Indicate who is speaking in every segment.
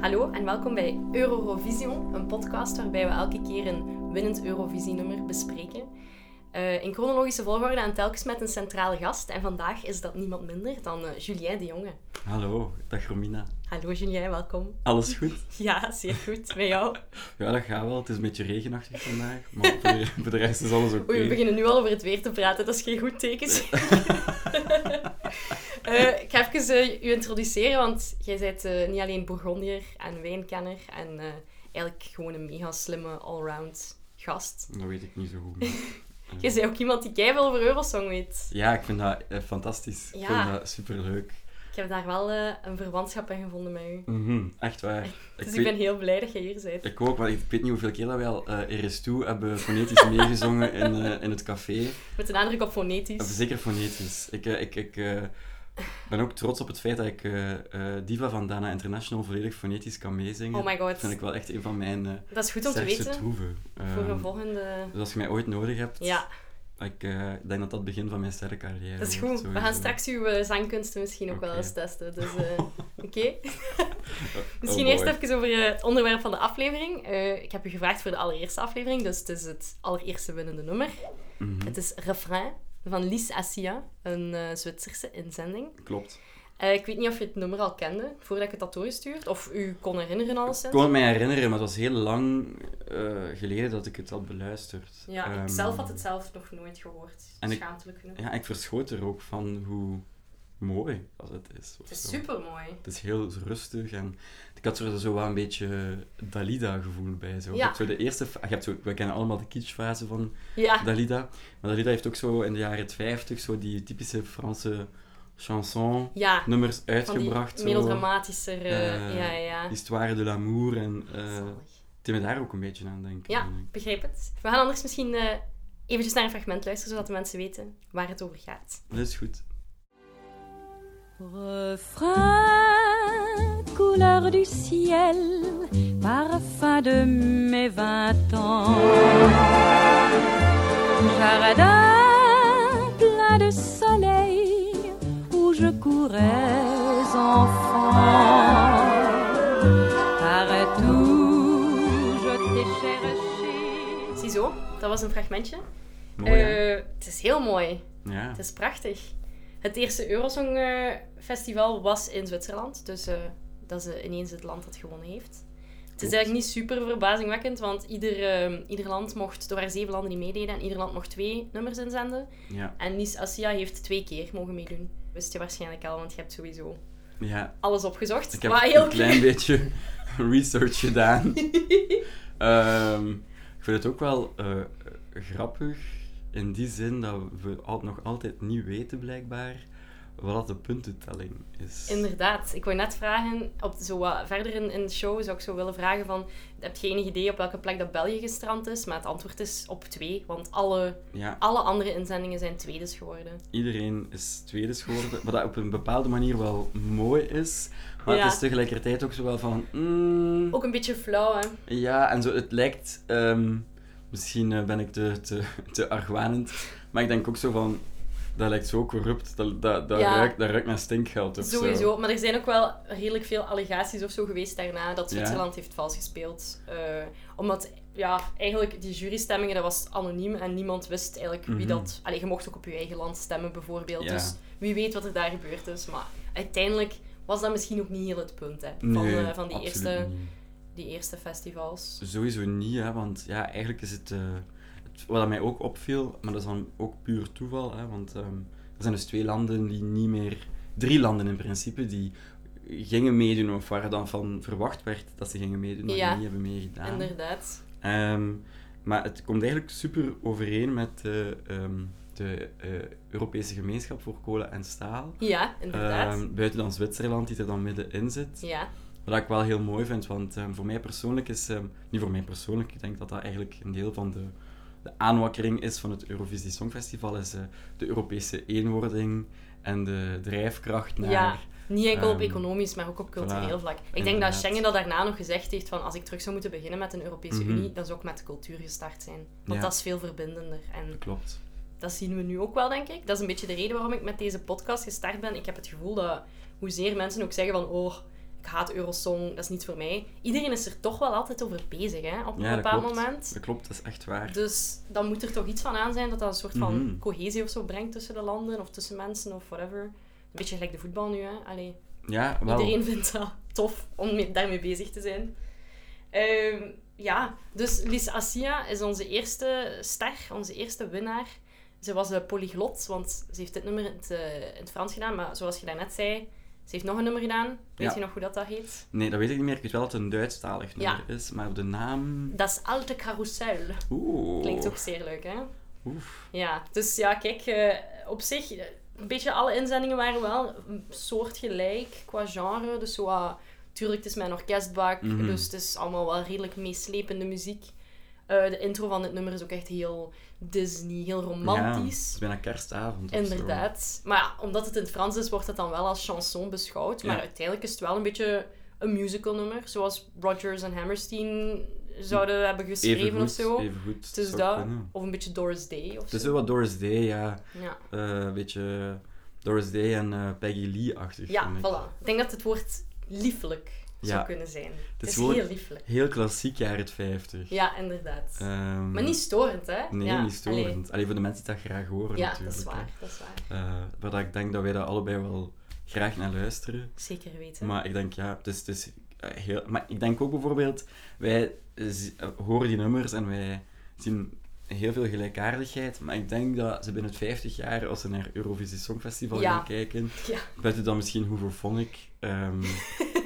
Speaker 1: Hallo en welkom bij Eurovision, een podcast waarbij we elke keer een winnend Eurovisie-nummer bespreken. Eh, in chronologische volgorde en telkens met een centrale gast. En vandaag is dat niemand minder dan eh, Julien de Jonge.
Speaker 2: Hallo, dag Romina.
Speaker 1: Hallo Julien, welkom.
Speaker 2: Alles goed?
Speaker 1: Ja, zeer goed. Bij jou.
Speaker 2: Ja, dat gaat wel. Het is een beetje regenachtig vandaag, maar voor de, voor de rest is alles oké.
Speaker 1: Oei, we beginnen nu al over het weer te praten. Dat is geen goed teken. Eh, ik ga even eh, u introduceren, want jij bent eh, niet alleen Bourgondier en wijnkenner en eh, eigenlijk gewoon een mega slimme allround gast.
Speaker 2: Dat weet ik niet zo goed. maar- eh,
Speaker 1: Jij bent ook iemand die keihard over Eurosong weet.
Speaker 2: Ja, ik vind dat eh, fantastisch. Ik
Speaker 1: Ja.
Speaker 2: vind dat superleuk.
Speaker 1: Ik heb daar wel eh, een verwantschap in gevonden met u.
Speaker 2: Mhm, echt waar. Ik,
Speaker 1: Dus ik,
Speaker 2: weet-
Speaker 1: ben heel blij dat jij hier bent.
Speaker 2: ik ook, want ik weet niet hoeveel keer dat wij al eh, RS2 hebben fonetisch meegezongen in, eh, in het café.
Speaker 1: Met een nadruk op
Speaker 2: Eh,
Speaker 1: fonetisch.
Speaker 2: Zeker fonetisch. Ik, eh, ik, ik eh, ben ook trots op het feit dat ik eh, eh, Diva van Dana International volledig fonetisch kan meezingen.
Speaker 1: Oh my god.
Speaker 2: Dat vind ik wel echt een van mijn eh,
Speaker 1: Dat is goed om te
Speaker 2: sterkste
Speaker 1: weten
Speaker 2: troeven.
Speaker 1: voor
Speaker 2: Ehm,
Speaker 1: een volgende...
Speaker 2: Dus als je mij ooit nodig hebt,
Speaker 1: Ja,
Speaker 2: ik eh, denk dat dat het begin van mijn sterrencarrière
Speaker 1: dat is
Speaker 2: wordt,
Speaker 1: goed. We gaan
Speaker 2: sowieso.
Speaker 1: straks uw eh, zangkunsten misschien ook wel
Speaker 2: Oké.
Speaker 1: eens testen. Dus, eh, oké. Misschien
Speaker 2: Oh
Speaker 1: eerst
Speaker 2: boy.
Speaker 1: even over eh, het onderwerp van de aflevering. Eh, ik heb u gevraagd voor de allereerste aflevering, dus het is het allereerste winnende nummer.
Speaker 2: Mhm,
Speaker 1: Het is Refrain van Lies Assia, een eh, Zwitserse inzending.
Speaker 2: Klopt.
Speaker 1: Eh, ik weet niet of je het nummer al kende, voordat ik het had doorgestuurd, of u kon herinneren
Speaker 2: Ik
Speaker 1: alleszins.
Speaker 2: kon het mij herinneren, maar het was heel lang eh, geleden dat ik het had beluisterd.
Speaker 1: Ja,
Speaker 2: Ehm,
Speaker 1: ik zelf had het zelf nog nooit gehoord.
Speaker 2: En ik-
Speaker 1: Schaamtelijk genoeg.
Speaker 2: Ja, ik verschoot er ook van hoe mooi als het is. of
Speaker 1: Het is
Speaker 2: zo.
Speaker 1: super mooi.
Speaker 2: Het is heel rustig en ik had er zo wel een beetje Dalida-gevoel bij. Zo. Je
Speaker 1: Ja.
Speaker 2: hebt zo de eerste, fa- je hebt zo, we kennen allemaal de kitschfase van
Speaker 1: Ja,
Speaker 2: Dalida. Maar Dalida heeft ook zo in de jaren 50 zo die typische Franse chanson
Speaker 1: ja.
Speaker 2: nummers
Speaker 1: Van die
Speaker 2: uitgebracht. zo.
Speaker 1: melodramatischer. eh,
Speaker 2: Eh,
Speaker 1: ja, ja.
Speaker 2: Histoire de l'amour en eh
Speaker 1: Zalig.
Speaker 2: het me daar ook een beetje aan denken.
Speaker 1: Ja.
Speaker 2: vind ik.
Speaker 1: Begrijp het. We gaan anders misschien eh eventjes naar een fragment luisteren, zodat de mensen weten waar het over gaat.
Speaker 2: Dat is goed.
Speaker 3: Refrain, couleur du ciel, parfum de mes vingt ans. Jardin plein de soleil où je courais enfant. Partout je t'ai cherché.
Speaker 1: Ziezo, dat was een fragmentje.
Speaker 2: Oh Mooi, hè?
Speaker 1: Eh, het is heel mooi.
Speaker 2: ja.
Speaker 1: Het is prachtig. Het eerste Eurosong eh, Festival was in Zwitserland, dus eh, dat is eh, ineens het land dat gewonnen heeft. Het is
Speaker 2: Klopt.
Speaker 1: eigenlijk niet super verbazingwekkend, want ieder, eh, ieder land mocht, er waren zeven landen die meededen en ieder land mocht twee nummers inzenden.
Speaker 2: Ja.
Speaker 1: En Nice Asia heeft twee keer mogen meedoen. Wist je waarschijnlijk al, want je hebt sowieso
Speaker 2: ja.
Speaker 1: alles opgezocht.
Speaker 2: Ik heb
Speaker 1: maar heel
Speaker 2: een klein beetje research gedaan. Ehm, ik vind het ook wel eh, grappig in die zin dat we al, nog altijd niet weten, blijkbaar, wat de puntentelling is.
Speaker 1: Inderdaad. Ik wou net vragen, op, zo wat verder in, in de show zou ik zo willen vragen van... Heb je enig idee op welke plek dat België gestrand is? Maar het antwoord is op twee, want alle,
Speaker 2: Ja,
Speaker 1: alle andere inzendingen zijn tweedes geworden.
Speaker 2: iedereen is tweede geworden, wat dat op een bepaalde manier wel mooi is, maar
Speaker 1: Ja.
Speaker 2: het is tegelijkertijd ook zo wel van... mm,
Speaker 1: Ook een beetje flauw, hè?
Speaker 2: Ja, en zo, het lijkt... ehm, misschien eh, ben ik te, te, te argwanend, maar ik denk ook zo van... Dat lijkt zo corrupt, dat, dat, dat,
Speaker 1: Ja.
Speaker 2: ruikt, dat ruikt naar stinkgeld of zo.
Speaker 1: Sowieso. Maar er zijn ook wel redelijk veel allegaties of zo geweest daarna dat
Speaker 2: Ja.
Speaker 1: Zwitserland heeft vals gespeeld. Eh, omdat, ja, eigenlijk die jurystemmingen, dat was anoniem en niemand wist eigenlijk wie
Speaker 2: Mhm.
Speaker 1: dat... Allee, je mocht ook op je eigen land stemmen bijvoorbeeld,
Speaker 2: Ja.
Speaker 1: dus wie weet wat er daar gebeurd is. Maar uiteindelijk was dat misschien ook niet heel het punt, hè, van,
Speaker 2: Nee,
Speaker 1: eh, van die,
Speaker 2: absoluut
Speaker 1: eerste,
Speaker 2: niet.
Speaker 1: die eerste festivals.
Speaker 2: Sowieso niet, hè, want ja, eigenlijk is het, eh, het- Wat mij ook opviel, maar dat is dan ook puur toeval, hè, want ehm, er zijn dus twee landen die niet meer... Drie landen in principe, die gingen meedoen of waar dan van verwacht werd dat ze gingen meedoen, maar die
Speaker 1: Ja.
Speaker 2: niet hebben meegedaan.
Speaker 1: Inderdaad.
Speaker 2: Ehm, maar het komt eigenlijk super overeen met de, ehm, de eh, Europese gemeenschap voor kolen en staal.
Speaker 1: Ja, inderdaad.
Speaker 2: Ehm, buiten dan Zwitserland, die er dan middenin zit.
Speaker 1: ja.
Speaker 2: Wat ik wel heel mooi vind, want ehm, voor mij persoonlijk is... ehm, niet voor mij persoonlijk, ik denk dat dat eigenlijk een deel van de, de aanwakkering is van het Eurovisie Songfestival, is eh, de Europese eenwording en de drijfkracht naar...
Speaker 1: Ja, niet enkel op
Speaker 2: Ehm,
Speaker 1: economisch, maar ook op cultureel
Speaker 2: voilà,
Speaker 1: vlak. Ik denk dat
Speaker 2: inderdaad.
Speaker 1: Schengen dat daarna nog gezegd heeft van als ik terug zou moeten beginnen met een Europese
Speaker 2: Mhm.
Speaker 1: Unie, dan zou ik met de cultuur gestart zijn. Want
Speaker 2: Ja.
Speaker 1: dat is veel verbindender. En
Speaker 2: Klopt.
Speaker 1: dat zien we nu ook wel, denk ik. Dat is een beetje de reden waarom ik met deze podcast gestart ben. Ik heb het gevoel dat hoezeer mensen ook zeggen van oh, ik haat Eurosong, dat is niet voor mij. Iedereen is er toch wel altijd over bezig, hè, op een
Speaker 2: Ja, dat
Speaker 1: bepaald
Speaker 2: klopt.
Speaker 1: moment.
Speaker 2: Dat klopt, dat is echt waar.
Speaker 1: Dus dan moet er toch iets van aan zijn dat dat een soort van
Speaker 2: Mhm.
Speaker 1: cohesie of zo brengt tussen de landen of tussen mensen of whatever. Een beetje gelijk de voetbal nu, hè. Allee,
Speaker 2: Ja, wel.
Speaker 1: Iedereen vindt dat tof om mee- daarmee bezig te zijn. Ehm, ja, dus Lies Assia is onze eerste ster, onze eerste winnaar. Ze was een polyglot, want ze heeft dit nummer in het, eh, in het Frans gedaan, maar zoals je daarnet zei, ze heeft nog een nummer gedaan. Weet
Speaker 2: Ja.
Speaker 1: je nog hoe dat, dat heet?
Speaker 2: Nee, dat weet ik niet meer. Ik weet wel dat het een Duitsstalig
Speaker 1: Ja.
Speaker 2: nummer is, maar de naam...
Speaker 1: Das Alte Carousel.
Speaker 2: Oeh.
Speaker 1: Klinkt ook zeer leuk, hè?
Speaker 2: Oef.
Speaker 1: Ja, dus ja, kijk, eh, op zich, eh, een beetje alle inzendingen waren wel een soortgelijk qua genre. Dus zo, wat- tuurlijk, het is mijn orkestbak,
Speaker 2: Mhm.
Speaker 1: dus het is allemaal wel redelijk meeslepende muziek. Eh, de intro van dit nummer is ook echt heel Disney, heel
Speaker 2: Ja, het
Speaker 1: romantisch.
Speaker 2: is bijna kerstavond of zo.
Speaker 1: Inderdaad. Maar ja, omdat het in het Frans is, wordt het dan wel als chanson beschouwd. Maar
Speaker 2: Ja.
Speaker 1: uiteindelijk is het wel een beetje een musical nummer, zoals Rodgers en Hammerstein zouden hebben geschreven
Speaker 2: Even goed,
Speaker 1: of zo.
Speaker 2: even goed.
Speaker 1: Het is
Speaker 2: Hm. zou
Speaker 1: dat, Dus
Speaker 2: kunnen.
Speaker 1: of een beetje Doris Day of
Speaker 2: Het is
Speaker 1: zo.
Speaker 2: wel wat Doris Day, ja.
Speaker 1: Ja.
Speaker 2: Eh, een beetje Doris Day en eh, Peggy Lee-achtig.
Speaker 1: Ja,
Speaker 2: vind ik.
Speaker 1: voilà. Ik denk dat het woord liefelijk
Speaker 2: Ja.
Speaker 1: zou kunnen zijn. Het is
Speaker 2: woord-
Speaker 1: heel liefelijk.
Speaker 2: Heel klassiek jaren 50.
Speaker 1: Ja, inderdaad.
Speaker 2: Ehm,
Speaker 1: maar niet storend, hè?
Speaker 2: Nee,
Speaker 1: ja.
Speaker 2: niet storend.
Speaker 1: allee.
Speaker 2: Allee. voor de mensen die dat graag horen
Speaker 1: Ja, dat
Speaker 2: natuurlijk.
Speaker 1: is
Speaker 2: hè.
Speaker 1: waar. Dat is waar.
Speaker 2: Eh, waar dat ik denk dat wij daar allebei wel graag naar luisteren.
Speaker 1: Zeker weten.
Speaker 2: Maar ik denk, ja, het is, het is eh, heel... Maar ik denk ook bijvoorbeeld, wij z- eh, horen die nummers en wij zien heel veel gelijkaardigheid. Maar ik denk dat ze binnen het 50 jaar, als ze naar Eurovisie Songfestival
Speaker 1: Ja.
Speaker 2: gaan kijken,
Speaker 1: Ja.
Speaker 2: weten dan misschien hoeveel Phonic... ehm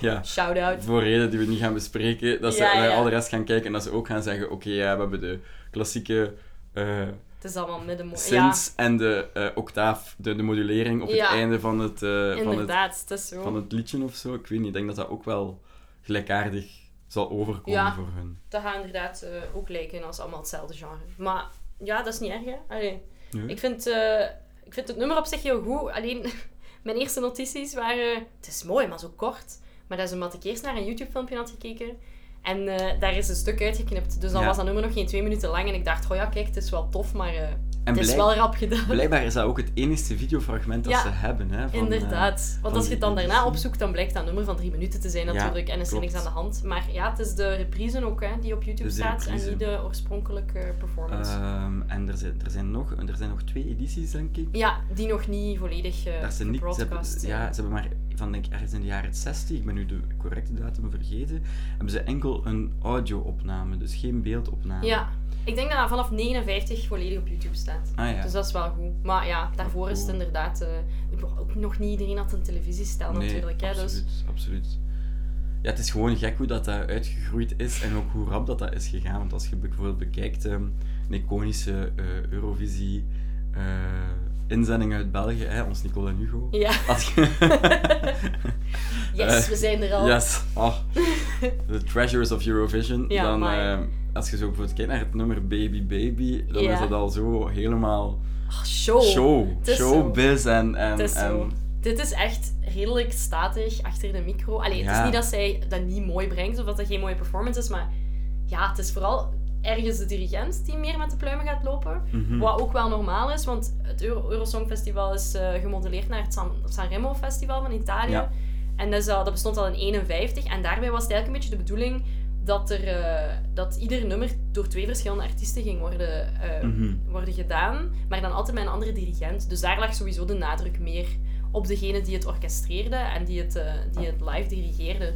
Speaker 2: ja,
Speaker 1: Shout-out.
Speaker 2: voor redenen die we niet gaan bespreken, dat ze
Speaker 1: Ja,
Speaker 2: naar
Speaker 1: ja.
Speaker 2: al de rest gaan kijken en dat ze ook gaan zeggen, oké, ja, we hebben de klassieke... eh,
Speaker 1: Het is allemaal middenmooi. Ja,
Speaker 2: Sinds en de eh, octaaf, de, de modulering op
Speaker 1: Ja.
Speaker 2: het einde van het, eh, van, het,
Speaker 1: inderdaad. Het is zo.
Speaker 2: van het liedje of zo. Ik weet niet, ik denk dat dat ook wel gelijkaardig zal overkomen
Speaker 1: Ja.
Speaker 2: voor hun.
Speaker 1: Dat gaat inderdaad eh, ook lijken als allemaal hetzelfde genre. Maar ja, dat is niet erg, hè? Allee.
Speaker 2: Ja.
Speaker 1: Ik, vind, eh, ik vind het nummer op zich heel goed. Alleen, mijn eerste notities waren... Het is mooi, maar zo kort. Maar dat is omdat ik eerst naar een YouTube-filmpje had gekeken. En eh, daar is een stuk uitgeknipt. Dus dan
Speaker 2: Ja.
Speaker 1: was dat nummer nog geen twee minuten lang. En ik dacht, oh ja, kijk, het is wel tof, maar eh,
Speaker 2: En
Speaker 1: het is
Speaker 2: blijk-
Speaker 1: wel rap gedaan.
Speaker 2: blijkbaar is dat ook het enige videofragment dat
Speaker 1: Ja.
Speaker 2: ze hebben. Hè, van, eh,
Speaker 1: Inderdaad. Want
Speaker 2: van
Speaker 1: als je het dan
Speaker 2: die
Speaker 1: daarna
Speaker 2: editie.
Speaker 1: opzoekt, dan blijkt dat nummer van drie minuten te zijn
Speaker 2: Ja,
Speaker 1: natuurlijk. en is er
Speaker 2: klopt.
Speaker 1: niks aan de hand. Maar ja, het is de reprise ook hè, die op YouTube
Speaker 2: Dus de
Speaker 1: staat. En
Speaker 2: reprise.
Speaker 1: niet de oorspronkelijke performance.
Speaker 2: Ehm, en er zijn, er, zijn nog, er zijn nog twee edities, denk ik.
Speaker 1: ja, die nog niet volledig eh
Speaker 2: Daar ze niet, ze hebben,
Speaker 1: broadcast.
Speaker 2: ja, ze hebben maar van denk ik ergens in de jaren 60, ik ben nu de correcte datum vergeten, hebben ze enkel een audio-opname, dus geen beeldopname.
Speaker 1: Ja, ik denk dat dat vanaf 59 volledig op YouTube staat.
Speaker 2: Ah ja. Oh.
Speaker 1: Dus dat is wel goed. Maar ja, daarvoor is het
Speaker 2: Cool.
Speaker 1: inderdaad... eh, ook nog niet iedereen had een televisiestel natuurlijk. Hè, dus
Speaker 2: absoluut, absoluut. Ja, het is gewoon gek hoe dat, dat uitgegroeid is en ook hoe rap dat, dat is gegaan. Want als je bijvoorbeeld bekijkt, ehm, een iconische eh, Eurovisie eh, inzending uit België, hè, ons Nicole en Hugo.
Speaker 1: Ja.
Speaker 2: Als je-
Speaker 1: Yes,
Speaker 2: Eh,
Speaker 1: we zijn er al.
Speaker 2: Yes. Oh. The Treasures of Eurovision.
Speaker 1: Ja,
Speaker 2: dan,
Speaker 1: amai.
Speaker 2: ehm, als je zo bijvoorbeeld kijkt naar het nummer Baby Baby, dan
Speaker 1: Ja.
Speaker 2: is dat al zo helemaal
Speaker 1: Ah, show.
Speaker 2: show.
Speaker 1: Het is zo.
Speaker 2: Showbiz en... en,
Speaker 1: Het is
Speaker 2: en
Speaker 1: zo. Dit is echt redelijk statig achter de micro. Allee, het is
Speaker 2: Ja.
Speaker 1: niet dat zij dat niet mooi brengt of dat dat geen mooie performance is, maar ja, het is vooral ergens de dirigent die meer met de pluimen gaat lopen.
Speaker 2: Mhm.
Speaker 1: Wat ook wel normaal is, want het Euro Eurosong Festival is eh, gemodelleerd naar het San, Sanremo Festival van Italië.
Speaker 2: Ja.
Speaker 1: En dat, is al- dat bestond al in 51. En daarbij was het eigenlijk een beetje de bedoeling dat, er, eh, dat ieder nummer door twee verschillende artiesten ging worden, eh,
Speaker 2: Mhm.
Speaker 1: worden gedaan. Maar dan altijd met een andere dirigent. Dus daar lag sowieso de nadruk meer op degene die het orchestreerde en die het, eh, die het live dirigeerde.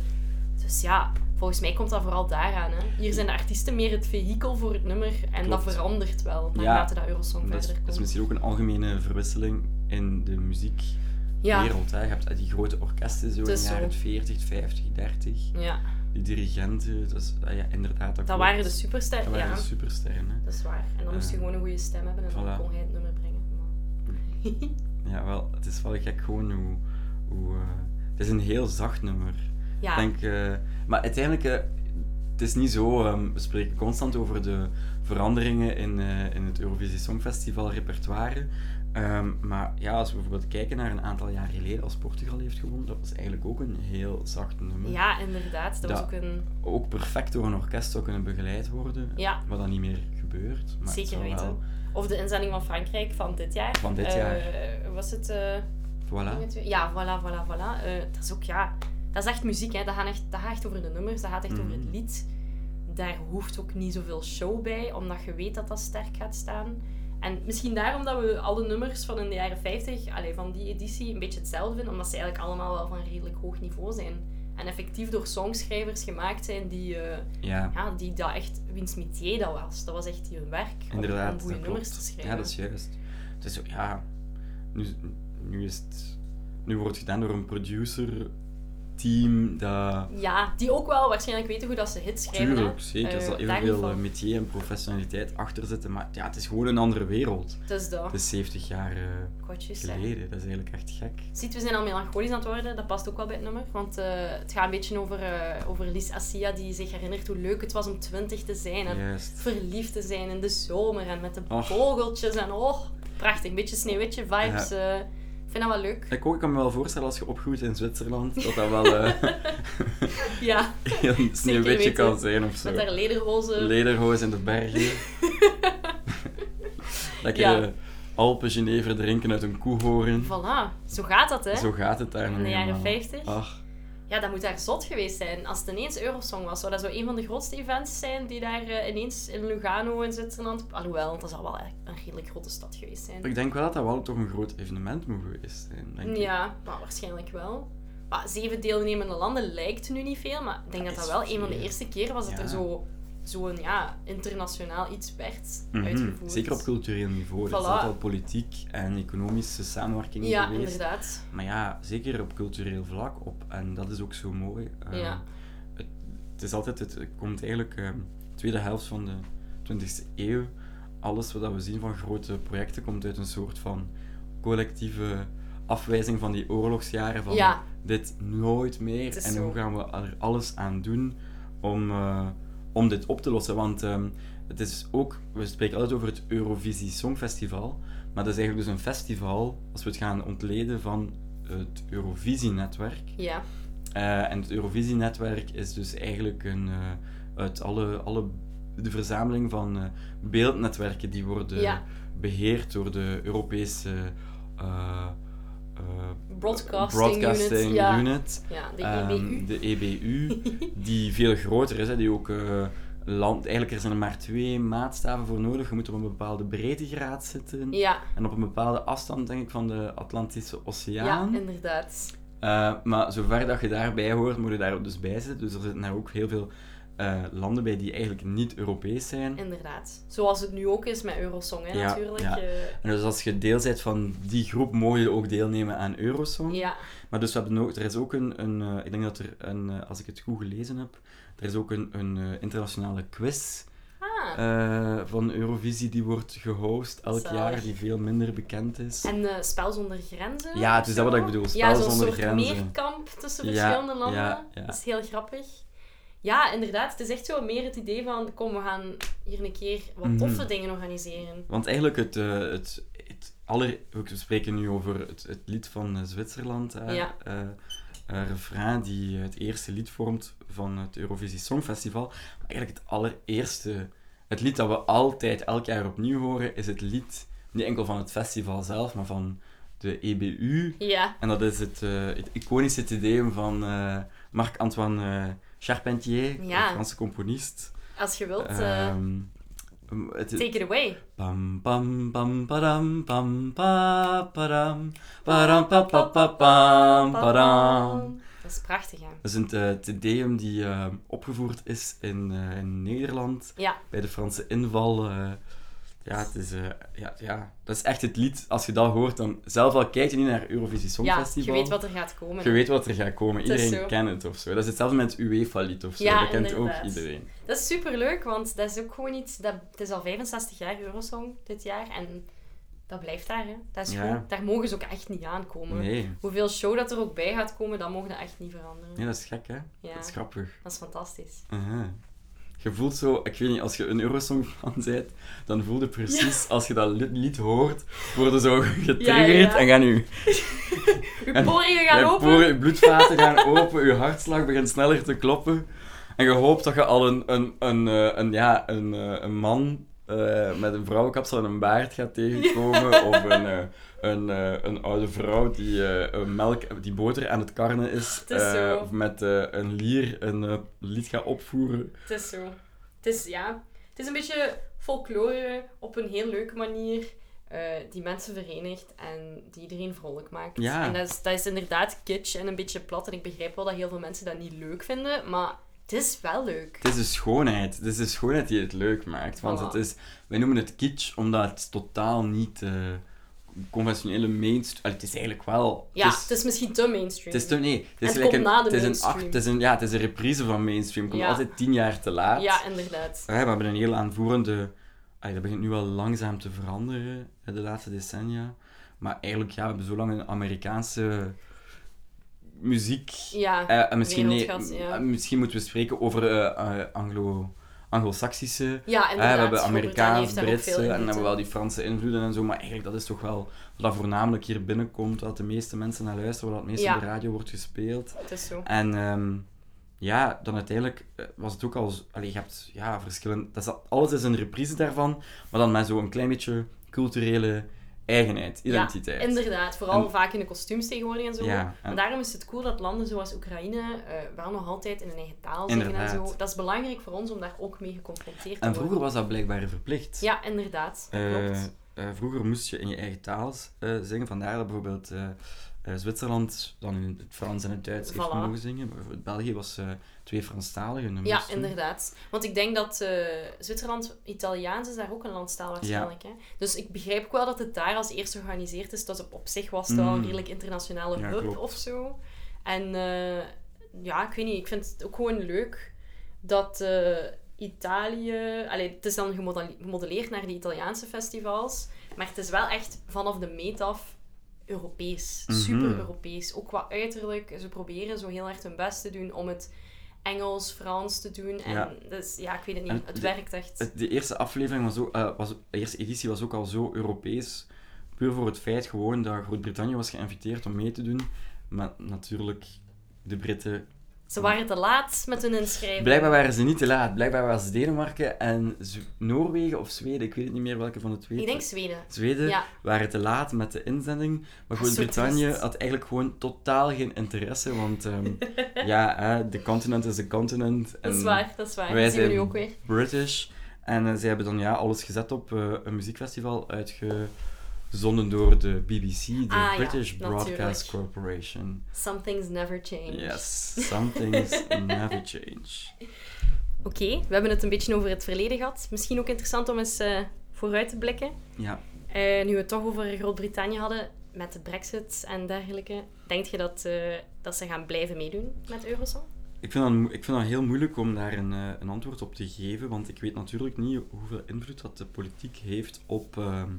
Speaker 1: Dus ja, volgens mij komt dat vooral daaraan. Hè. Hier zijn de artiesten meer het vehikel voor het nummer. En dat
Speaker 2: Klopt.
Speaker 1: verandert wel
Speaker 2: Ja.
Speaker 1: naarmate dat Eurosong
Speaker 2: Maar Dat is,
Speaker 1: verder komt.
Speaker 2: dat is misschien ook een algemene verwisseling in de muziekwereld.
Speaker 1: ja.
Speaker 2: hè. Je hebt eh, die grote orkesten zo in
Speaker 1: Het
Speaker 2: de
Speaker 1: is zo.
Speaker 2: jaren 40, 50, 30.
Speaker 1: ja,
Speaker 2: Die dirigenten, dat is ah ja, inderdaad. Dat,
Speaker 1: dat
Speaker 2: klopt.
Speaker 1: waren de
Speaker 2: dat
Speaker 1: supersterren.
Speaker 2: waren
Speaker 1: Ja,
Speaker 2: de supersterren. Hè.
Speaker 1: dat is waar. En dan moest je
Speaker 2: Eh,
Speaker 1: gewoon een goede stem hebben en dan
Speaker 2: voilà.
Speaker 1: kon hij het nummer brengen. Maar-
Speaker 2: Ja, wel, het is wel gek gewoon hoe... hoe eh, het is een heel zacht nummer.
Speaker 1: ja,
Speaker 2: Ik Denk, eh, maar uiteindelijk, eh, het is niet zo... ehm, we spreken constant over de veranderingen in, eh, in het Eurovisie Songfestival repertoire. Ehm, maar ja, als we bijvoorbeeld kijken naar een aantal jaar geleden, als Portugal heeft gewonnen, dat was eigenlijk ook een heel zacht nummer.
Speaker 1: ja, inderdaad. Dat was ook
Speaker 2: Dat-
Speaker 1: een...
Speaker 2: Ook perfect door een orkest zou kunnen begeleid worden,
Speaker 1: Ja.
Speaker 2: wat dan niet meer gebeurt. Maar het
Speaker 1: Zeker
Speaker 2: zou
Speaker 1: weten. Of de inzending van Frankrijk van dit jaar.
Speaker 2: Van dit
Speaker 1: Eh,
Speaker 2: jaar.
Speaker 1: was het... eh,
Speaker 2: Wel, voilà.
Speaker 1: Ja, voilà, voilà, voilà. Eh, dat is ook, ja... Dat is echt muziek, hè. Dat, gaat echt, dat gaat echt over de nummers, dat gaat echt over het
Speaker 2: Mhm.
Speaker 1: lied. Daar hoeft ook niet zoveel show bij, omdat je weet dat dat sterk gaat staan. En misschien daarom dat we alle nummers van in de jaren 50, allee, van die editie, een beetje hetzelfde vinden, omdat ze eigenlijk allemaal wel van redelijk hoog niveau zijn. En effectief door songschrijvers gemaakt zijn die, eh,
Speaker 2: Ja,
Speaker 1: ja, die dat echt, wiens métier dat was. Dat was echt hun werk, om-
Speaker 2: inderdaad.
Speaker 1: om goede
Speaker 2: dat
Speaker 1: nummers
Speaker 2: klopt.
Speaker 1: te schrijven.
Speaker 2: Ja, dat is juist. Het is ook, ja, nu, nu is het... Nu wordt het gedaan door een producer-team dat...
Speaker 1: Ja, die ook wel waarschijnlijk weten hoe dat ze hits schrijven. hè.
Speaker 2: Tuurlijk, zeker. Er
Speaker 1: Eh,
Speaker 2: zal heel
Speaker 1: daar niet
Speaker 2: veel
Speaker 1: van.
Speaker 2: eh, metier en professionaliteit achter zitten, maar ja, het is gewoon een andere wereld.
Speaker 1: Dus dat,
Speaker 2: Het is 70 jaar eh,
Speaker 1: kwartjes. hè.
Speaker 2: geleden, dat is eigenlijk echt gek.
Speaker 1: Ziet, we zijn al melancholisch aan het worden. Dat past ook wel bij het nummer. Want eh, het gaat een beetje over, eh, over Lies Assia, die zich herinnert hoe leuk het was om twintig te zijn. En
Speaker 2: Juist.
Speaker 1: verliefd te zijn in de zomer. En met de
Speaker 2: Och.
Speaker 1: vogeltjes. En oh, prachtig. Een beetje sneeuwwitje vibes. eh. ik vind dat wel leuk.
Speaker 2: Ik, ook, ik kan me wel voorstellen als je opgroeit in Zwitserland, dat dat wel eh,
Speaker 1: Ja,
Speaker 2: een sneeuwwitje
Speaker 1: weten.
Speaker 2: kan zijn of zo.
Speaker 1: met haar lederhozen.
Speaker 2: Lederhoos in de bergen. Lekker
Speaker 1: Ja.
Speaker 2: eh, Alpen Genever drinken uit een koehoorn.
Speaker 1: voilà, zo gaat dat, hè?
Speaker 2: Zo gaat het daar nog
Speaker 1: In de jaren
Speaker 2: eenmaal.
Speaker 1: 50.
Speaker 2: Ach,
Speaker 1: Ja, dat moet daar zot geweest zijn. Als het ineens Eurosong was, zou dat zo een van de grootste events zijn die daar eh, ineens in Lugano in Zwitserland... Alhoewel, dat zou wel echt een redelijk grote stad geweest zijn.
Speaker 2: ik denk wel dat dat wel toch een groot evenement moet geweest zijn. Denk ik.
Speaker 1: Ja, maar waarschijnlijk wel. Maar zeven deelnemende landen lijkt nu niet veel, maar ik denk dat dat
Speaker 2: is
Speaker 1: wel een van de
Speaker 2: veel.
Speaker 1: eerste keer was dat
Speaker 2: Ja.
Speaker 1: er zo- zo'n ja, internationaal iets werd
Speaker 2: Mhm,
Speaker 1: uitgevoerd.
Speaker 2: Zeker op cultureel niveau. Er
Speaker 1: Voilà.
Speaker 2: is altijd al politiek en economische samenwerking
Speaker 1: Ja,
Speaker 2: geweest.
Speaker 1: inderdaad.
Speaker 2: Maar ja, zeker op cultureel vlak op. En dat is ook zo mooi. Ehm,
Speaker 1: Ja.
Speaker 2: het, het is altijd, het, het komt eigenlijk ehm, tweede helft van de 20e eeuw. Alles wat we zien van grote projecten komt uit een soort van collectieve afwijzing van die oorlogsjaren. Van
Speaker 1: Ja.
Speaker 2: dit nooit meer.
Speaker 1: Het is
Speaker 2: En
Speaker 1: zo.
Speaker 2: hoe gaan we er alles aan doen om, eh, om dit op te lossen? Want ehm, het is ook, we spreken altijd over het Eurovisie Songfestival. Maar dat is eigenlijk dus een festival, als we het gaan ontleden van het Eurovisie-netwerk.
Speaker 1: Ja.
Speaker 2: Eh, en het Eurovisie-netwerk is dus eigenlijk een, eh, uit alle, alle, de verzameling van eh, beeldnetwerken die worden
Speaker 1: Ja.
Speaker 2: beheerd door de Europese eh, eh,
Speaker 1: Broadcasting,
Speaker 2: Broadcasting
Speaker 1: Unit. Ja,
Speaker 2: Unit,
Speaker 1: ja de E
Speaker 2: ehm,
Speaker 1: EBU.
Speaker 2: de EBU, die veel groter is, hè, die ook... eh, Land, eigenlijk er zijn er maar twee maatstaven voor nodig. Je moet op een bepaalde breedtegraad zitten.
Speaker 1: Ja,
Speaker 2: En op een bepaalde afstand, denk ik, van de Atlantische
Speaker 1: ja,
Speaker 2: Oceaan.
Speaker 1: inderdaad.
Speaker 2: Eh, maar zover dat je daarbij hoort, moet je daar dus bij zitten. Dus er zitten daar ook heel veel eh, landen bij die eigenlijk niet Europees zijn.
Speaker 1: Inderdaad. Zoals het nu ook is met Eurosong, hè,
Speaker 2: Ja,
Speaker 1: natuurlijk.
Speaker 2: ja.
Speaker 1: Eh,
Speaker 2: En dus als je deel bent van die groep, mogen je ook deelnemen aan Eurosong.
Speaker 1: ja.
Speaker 2: Maar dus we hebben ook, er is ook een, een eh, ik denk dat er een, eh, als ik het goed gelezen heb, er is ook een, een eh, internationale quiz
Speaker 1: Ah.
Speaker 2: eh, van Eurovisie die wordt gehost elk
Speaker 1: Zalig.
Speaker 2: jaar, die veel minder bekend is.
Speaker 1: En eh, Spel zonder grenzen?
Speaker 2: Ja, het is dat wat ik bedoel, Spel
Speaker 1: ja, zo'n
Speaker 2: zonder
Speaker 1: soort
Speaker 2: grenzen.
Speaker 1: meerkamp tussen
Speaker 2: Ja,
Speaker 1: verschillende landen.
Speaker 2: ja, ja.
Speaker 1: Dat is heel grappig. Ja, inderdaad. Het is echt zo meer het idee van... Kom, we gaan hier een keer wat toffe
Speaker 2: Mhm.
Speaker 1: dingen organiseren.
Speaker 2: Want eigenlijk het, eh, het, het aller... We spreken nu over het, het lied van eh, Zwitserland. hè.
Speaker 1: Ja.
Speaker 2: Eh, een refrain die eh, het eerste lied vormt van het Eurovisie Songfestival. Maar eigenlijk het allereerste... Het lied dat we altijd elk jaar opnieuw horen, is het lied niet enkel van het festival zelf, maar van de EBU.
Speaker 1: Ja.
Speaker 2: En dat is het, eh, het iconische tedeum van eh, Marc-Antoine eh, Charpentier,
Speaker 1: Ja.
Speaker 2: de Franse componist.
Speaker 1: Als je wilt, eh,
Speaker 2: Ehm, het-
Speaker 1: take it away.
Speaker 2: Pam pam pam padam pam pa padam padam pa pa pa pam padam.
Speaker 1: Dat is prachtig, hè?
Speaker 2: Dat is een eh, te deum die eh, opgevoerd is in, eh, in Nederland
Speaker 1: Ja.
Speaker 2: bij de Franse inval. eh. ja, het is, eh, ja, ja, dat is echt het lied. Als je dat hoort, dan zelf al kijk je niet naar Eurovisie
Speaker 1: Ja,
Speaker 2: Songfestival.
Speaker 1: je weet wat er gaat komen.
Speaker 2: Je weet wat er gaat komen.
Speaker 1: is
Speaker 2: Iedereen
Speaker 1: zo.
Speaker 2: kent het of zo. Dat is hetzelfde met E het UEFA-lied of zo.
Speaker 1: Ja,
Speaker 2: dat kent
Speaker 1: inderdaad.
Speaker 2: ook iedereen.
Speaker 1: Dat is superleuk, want dat is ook gewoon iets... Dat, het is al 65 jaar Eurosong dit jaar en dat blijft daar, hè. Dat is
Speaker 2: Ja.
Speaker 1: gewoon... Daar mogen ze ook echt niet aankomen.
Speaker 2: Nee.
Speaker 1: Hoeveel show dat er ook bij gaat komen, dat mogen echt niet veranderen.
Speaker 2: nee, dat is gek hè.
Speaker 1: Ja.
Speaker 2: Dat is grappig.
Speaker 1: Dat is fantastisch.
Speaker 2: Aha. Je voelt zo, ik weet niet, als je een Eurosong-fan bent, dan voel je precies, als je dat li- lied hoort, worden zo getriggerd
Speaker 1: Ja, ja, ja.
Speaker 2: en gaan je,
Speaker 1: Uw
Speaker 2: En
Speaker 1: poriën gaan
Speaker 2: je
Speaker 1: open.
Speaker 2: poren, je bloedvaten gaan open, je hartslag begint sneller te kloppen. En je hoopt dat je al een, een, een, eh, een, ja, een, eh, een man eh, met een vrouwenkapsel en een baard gaat tegenkomen, of een, eh, een, eh, een oude vrouw die, eh, een melk, die boter aan het karnen is.
Speaker 1: Het is
Speaker 2: eh,
Speaker 1: zo.
Speaker 2: of met eh, een lier een eh, lied gaat opvoeren.
Speaker 1: Het is zo. Het is, ja, het is een beetje folklore op een heel leuke manier. eh, die mensen verenigt en die iedereen vrolijk maakt.
Speaker 2: Ja.
Speaker 1: En dat is, dat is inderdaad kitsch en een beetje plat. En ik begrijp wel dat heel veel mensen dat niet leuk vinden, maar het is wel leuk.
Speaker 2: Het is de schoonheid. Het is de schoonheid die het leuk maakt. Want
Speaker 1: Voilà.
Speaker 2: het is, wij noemen het kitsch omdat het totaal niet eh, conventionele mainstream... Allee, Het is eigenlijk wel...
Speaker 1: Ja, het is misschien te mainstream.
Speaker 2: Dus Het is toch nee, het
Speaker 1: het
Speaker 2: is gelijk
Speaker 1: komt
Speaker 2: een,
Speaker 1: na de
Speaker 2: het is een
Speaker 1: mainstream.
Speaker 2: act, het is een, ja, het is een reprise van mainstream. Het komt
Speaker 1: Ja.
Speaker 2: altijd tien jaar te laat.
Speaker 1: Ja, inderdaad.
Speaker 2: Ja, we hebben een heel aanvoerende. Allee, dat begint nu wel langzaam te veranderen hè, de laatste decennia. Maar eigenlijk, ja, we hebben zo lang een Amerikaanse muziek.
Speaker 1: Ja,
Speaker 2: Eh, en misschien, nee,
Speaker 1: wereldgas, ja.
Speaker 2: eh, misschien moeten we spreken over eh, eh, Anglo, Anglo-Saxische.
Speaker 1: ja
Speaker 2: Eh,
Speaker 1: inderdaad.
Speaker 2: we hebben
Speaker 1: Groot-Brittannië
Speaker 2: Amerikaans,
Speaker 1: heeft daar ook
Speaker 2: Britse
Speaker 1: veel
Speaker 2: en
Speaker 1: invloed
Speaker 2: dan hebben we
Speaker 1: in.
Speaker 2: wel die Franse invloeden en zo. Maar eigenlijk, dat is toch wel wat voornamelijk hier binnenkomt, wat de meeste mensen naar luisteren, wat het meest
Speaker 1: Ja.
Speaker 2: op de radio wordt gespeeld.
Speaker 1: Het is zo.
Speaker 2: En ehm, ja, dan uiteindelijk eh, was het ook al... z- Allee, je hebt ja, verschillende... Dat is, al- alles is een reprise daarvan, maar dan met zo'n klein beetje culturele eigenheid, identiteit.
Speaker 1: Ja, inderdaad. Vooral
Speaker 2: En-
Speaker 1: vaak in de kostuums tegenwoordig en zo.
Speaker 2: Ja,
Speaker 1: en...
Speaker 2: en-
Speaker 1: daarom is het cool dat landen zoals Oekraïne eh, wel nog altijd in hun eigen taal zingen en
Speaker 2: Inderdaad.
Speaker 1: zo. Dat is belangrijk voor ons om daar ook mee geconfronteerd te
Speaker 2: En
Speaker 1: worden.
Speaker 2: vroeger was dat blijkbaar verplicht.
Speaker 1: Ja, inderdaad. Dat
Speaker 2: Eh,
Speaker 1: klopt.
Speaker 2: eh, vroeger moest je in je eigen taal eh, zingen. Vandaar dat bijvoorbeeld eh, eh, Zwitserland dan in het Frans en het Duits heeft
Speaker 1: Voilà.
Speaker 2: mogen zingen. Bijvoorbeeld België was eh, twee Franstaligen nummers.
Speaker 1: Ja,
Speaker 2: toen.
Speaker 1: inderdaad. Want ik denk dat eh, Zwitserland, Italiaans is daar ook een landstaal waarschijnlijk. Hè? Dus ik begrijp ook wel dat het daar als eerste georganiseerd is. Dat op, op zich was het wel een
Speaker 2: Mm.
Speaker 1: redelijk internationale
Speaker 2: Ja,
Speaker 1: hub
Speaker 2: klopt.
Speaker 1: of zo. En eh, ja, ik weet niet, ik vind het ook gewoon leuk dat eh, Italië... Allee, het is dan gemodele- gemodelleerd naar de Italiaanse festivals. Maar het is wel echt vanaf de meet af Europees.
Speaker 2: Mhm.
Speaker 1: Super Europees. Ook qua uiterlijk. Ze proberen zo heel erg hun best te doen om het Engels, Frans te doen. En
Speaker 2: Ja.
Speaker 1: dus ja, ik weet het
Speaker 2: En
Speaker 1: niet. Het
Speaker 2: de-
Speaker 1: werkt echt.
Speaker 2: Het- De eerste aflevering was ook, eh, was, de eerste editie was ook al zo Europees. Puur voor het feit gewoon dat Groot-Brittannië was geïnviteerd om mee te doen. Maar natuurlijk, de Britten.
Speaker 1: Ze waren te laat met hun inschrijving.
Speaker 2: Blijkbaar waren ze niet te laat. Blijkbaar was Denemarken en Zw- Noorwegen of Zweden, ik weet het niet meer welke van de twee.
Speaker 1: Ik denk Zweden.
Speaker 2: Zweden
Speaker 1: Ja.
Speaker 2: waren te laat met de inzending. Maar
Speaker 1: Dat is zo
Speaker 2: Groot-Brittannië
Speaker 1: triest.
Speaker 2: had eigenlijk gewoon totaal geen interesse. Want ehm, ja, hè, de continent is de continent.
Speaker 1: Dat is
Speaker 2: en
Speaker 1: waar, dat is waar.
Speaker 2: wij
Speaker 1: Dat zien we
Speaker 2: zijn
Speaker 1: nu ook weer.
Speaker 2: British. En eh, zij hebben dan ja, alles gezet op eh, een muziekfestival uitgezonden door de BBC, de
Speaker 1: Ah, ja,
Speaker 2: British Broadcast
Speaker 1: natuurlijk.
Speaker 2: Corporation.
Speaker 1: Some things never change.
Speaker 2: Yes, some things never change.
Speaker 1: Oké, we hebben het een beetje over het verleden gehad. Misschien ook interessant om eens eh, vooruit te blikken.
Speaker 2: Ja,
Speaker 1: Eh, nu we het toch over Groot-Brittannië hadden, met de brexit en dergelijke, denk je dat, eh, dat ze gaan blijven meedoen met Eurosong?
Speaker 2: ik vind, dat, mo- ik vind dat heel moeilijk om daar een, eh, een antwoord op te geven, want ik weet natuurlijk niet hoeveel invloed dat de politiek heeft op ehm,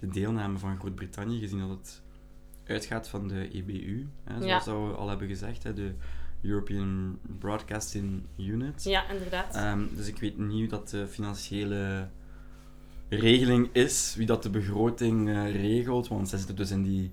Speaker 2: de deelname van Groot-Brittannië, gezien dat het uitgaat van de EBU, hè,
Speaker 1: Ja.
Speaker 2: zoals dat we al hebben gezegd, hè, de European Broadcasting Unit.
Speaker 1: Ja, inderdaad.
Speaker 2: Ehm, dus ik weet niet hoe dat de financiële regeling is, wie dat de begroting eh, regelt, want zij zitten dus in die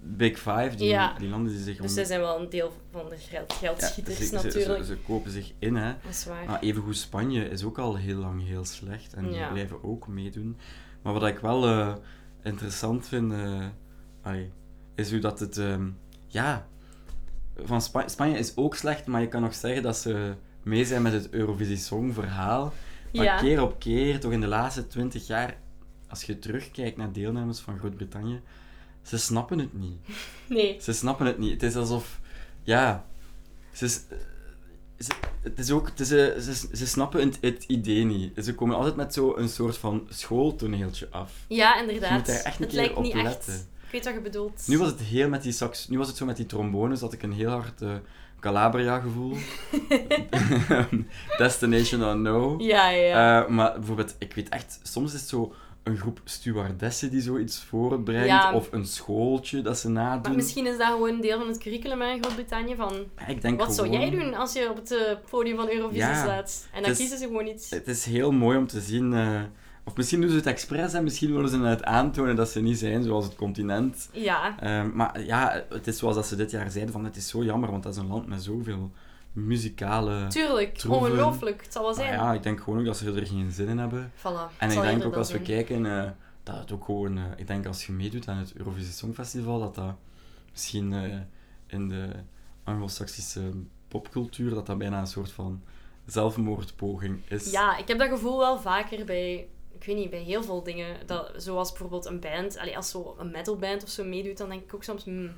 Speaker 2: Big Five, die,
Speaker 1: Ja.
Speaker 2: die landen die zich... om-
Speaker 1: dus zij zijn wel een deel van de geld,
Speaker 2: Ja,
Speaker 1: geldschieters
Speaker 2: ze- ze-
Speaker 1: natuurlijk.
Speaker 2: Ze, Ah. ze kopen zich in, hè.
Speaker 1: Dat is waar.
Speaker 2: Maar evengoed Spanje is ook al heel lang heel slecht en die
Speaker 1: Ja.
Speaker 2: blijven ook meedoen. Maar wat ik wel eh, interessant vind, eh, allee, is hoe dat het... ehm, ja, van Spa- Spanje is ook slecht, maar je kan nog zeggen dat ze mee zijn met het Eurovisie Songverhaal. Maar
Speaker 1: Ja.
Speaker 2: keer op keer, toch in de laatste twintig jaar, als je terugkijkt naar deelnemers van Groot-Brittannië, ze snappen het niet.
Speaker 1: Nee,
Speaker 2: Ze snappen het niet. Het is alsof... Ja. Ze, is- ze, het is ook... Het is, eh, ze, ze snappen het, het idee niet. Ze komen altijd met zo'n soort van schooltoneeltje af.
Speaker 1: ja, inderdaad.
Speaker 2: Je moet daar echt een
Speaker 1: het
Speaker 2: keer
Speaker 1: lijkt
Speaker 2: op
Speaker 1: niet echt.
Speaker 2: letten.
Speaker 1: Ik weet wat je bedoelt.
Speaker 2: Nu was het heel met die sax... Nu was het zo met die trombones dat ik een heel hard eh, Calabria-gevoel... Destination Unknown.
Speaker 1: Ja, ja, ja.
Speaker 2: Eh, maar bijvoorbeeld, ik weet echt, soms is het zo een groep stewardessen die zoiets voorbrengt,
Speaker 1: Ja.
Speaker 2: of een schooltje dat ze nadoen.
Speaker 1: maar misschien is dat gewoon een deel van het curriculum hè, in Groot-Brittannië. Van,
Speaker 2: Ja, ik denk
Speaker 1: wat zou
Speaker 2: gewoon-
Speaker 1: jij doen als je op het eh, podium van Eurovisie
Speaker 2: Ja,
Speaker 1: staat? En dan
Speaker 2: het is- Eh,
Speaker 1: kiezen ze gewoon iets.
Speaker 2: Het is heel mooi om te zien. eh, of misschien doen ze het expres en misschien willen ze het aantonen dat ze niet zijn zoals het continent.
Speaker 1: Ja,
Speaker 2: Ehm, maar ja, het is zoals dat ze dit jaar zeiden: van het is zo jammer, want dat is een land met zoveel muzikale.
Speaker 1: tuurlijk.
Speaker 2: troeven.
Speaker 1: Ongelooflijk. Het zal wel
Speaker 2: Maar
Speaker 1: zijn.
Speaker 2: ja, ik denk gewoon ook dat ze er geen zin in hebben.
Speaker 1: Voilà. het
Speaker 2: En
Speaker 1: zal
Speaker 2: ik denk
Speaker 1: eerder
Speaker 2: ook
Speaker 1: dan
Speaker 2: als we
Speaker 1: zijn.
Speaker 2: kijken eh, dat het ook gewoon, eh, ik denk als je meedoet aan het Eurovisie Songfestival, dat dat misschien eh, in de anglo-saxische popcultuur, dat dat bijna een soort van zelfmoordpoging is.
Speaker 1: Ja, ik heb dat gevoel wel vaker bij, ik weet niet, bij heel veel dingen. Dat, zoals bijvoorbeeld een band, allee, als zo een metalband of zo meedoet, dan denk ik ook soms, hmm,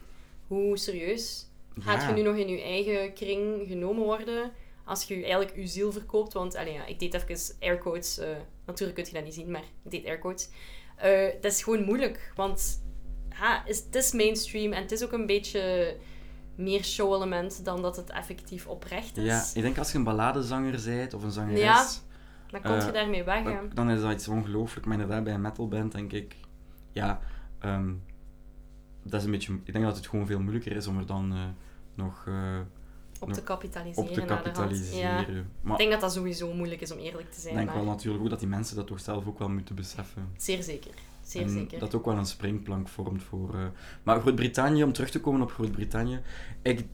Speaker 1: hoe serieus gaat
Speaker 2: Ja.
Speaker 1: je nu nog in je eigen kring genomen worden? Als je eigenlijk je ziel verkoopt, want allee, ja, ik deed even airquotes, eh, natuurlijk kun je dat niet zien, maar ik deed airquotes. Eh, dat is gewoon moeilijk, want ha, is, het is mainstream en het is ook een beetje meer show-element dan dat het effectief oprecht is.
Speaker 2: Ja, ik denk als je een balladezanger bent of een zangeres,
Speaker 1: Ja. dan kom je
Speaker 2: eh,
Speaker 1: daarmee weg. hè.
Speaker 2: dan, dan is dat iets ongelooflijk. Maar inderdaad, bij een metalband denk ik, ja, ehm, dat is een beetje, ik denk dat het gewoon veel moeilijker is om er dan eh, nog eh,
Speaker 1: Op
Speaker 2: nog
Speaker 1: te kapitaliseren.
Speaker 2: op te kapitaliseren.
Speaker 1: Ja.
Speaker 2: Maar
Speaker 1: Ik denk dat dat sowieso moeilijk is om eerlijk te
Speaker 2: ik
Speaker 1: zijn.
Speaker 2: denk
Speaker 1: maar
Speaker 2: wel natuurlijk ook dat die mensen dat toch zelf ook wel moeten beseffen.
Speaker 1: Zeer zeker. Zeer
Speaker 2: En
Speaker 1: zeker.
Speaker 2: dat ook wel een springplank vormt voor. eh, Maar Groot-Brittannië, om terug te komen op Groot-Brittannië, ik,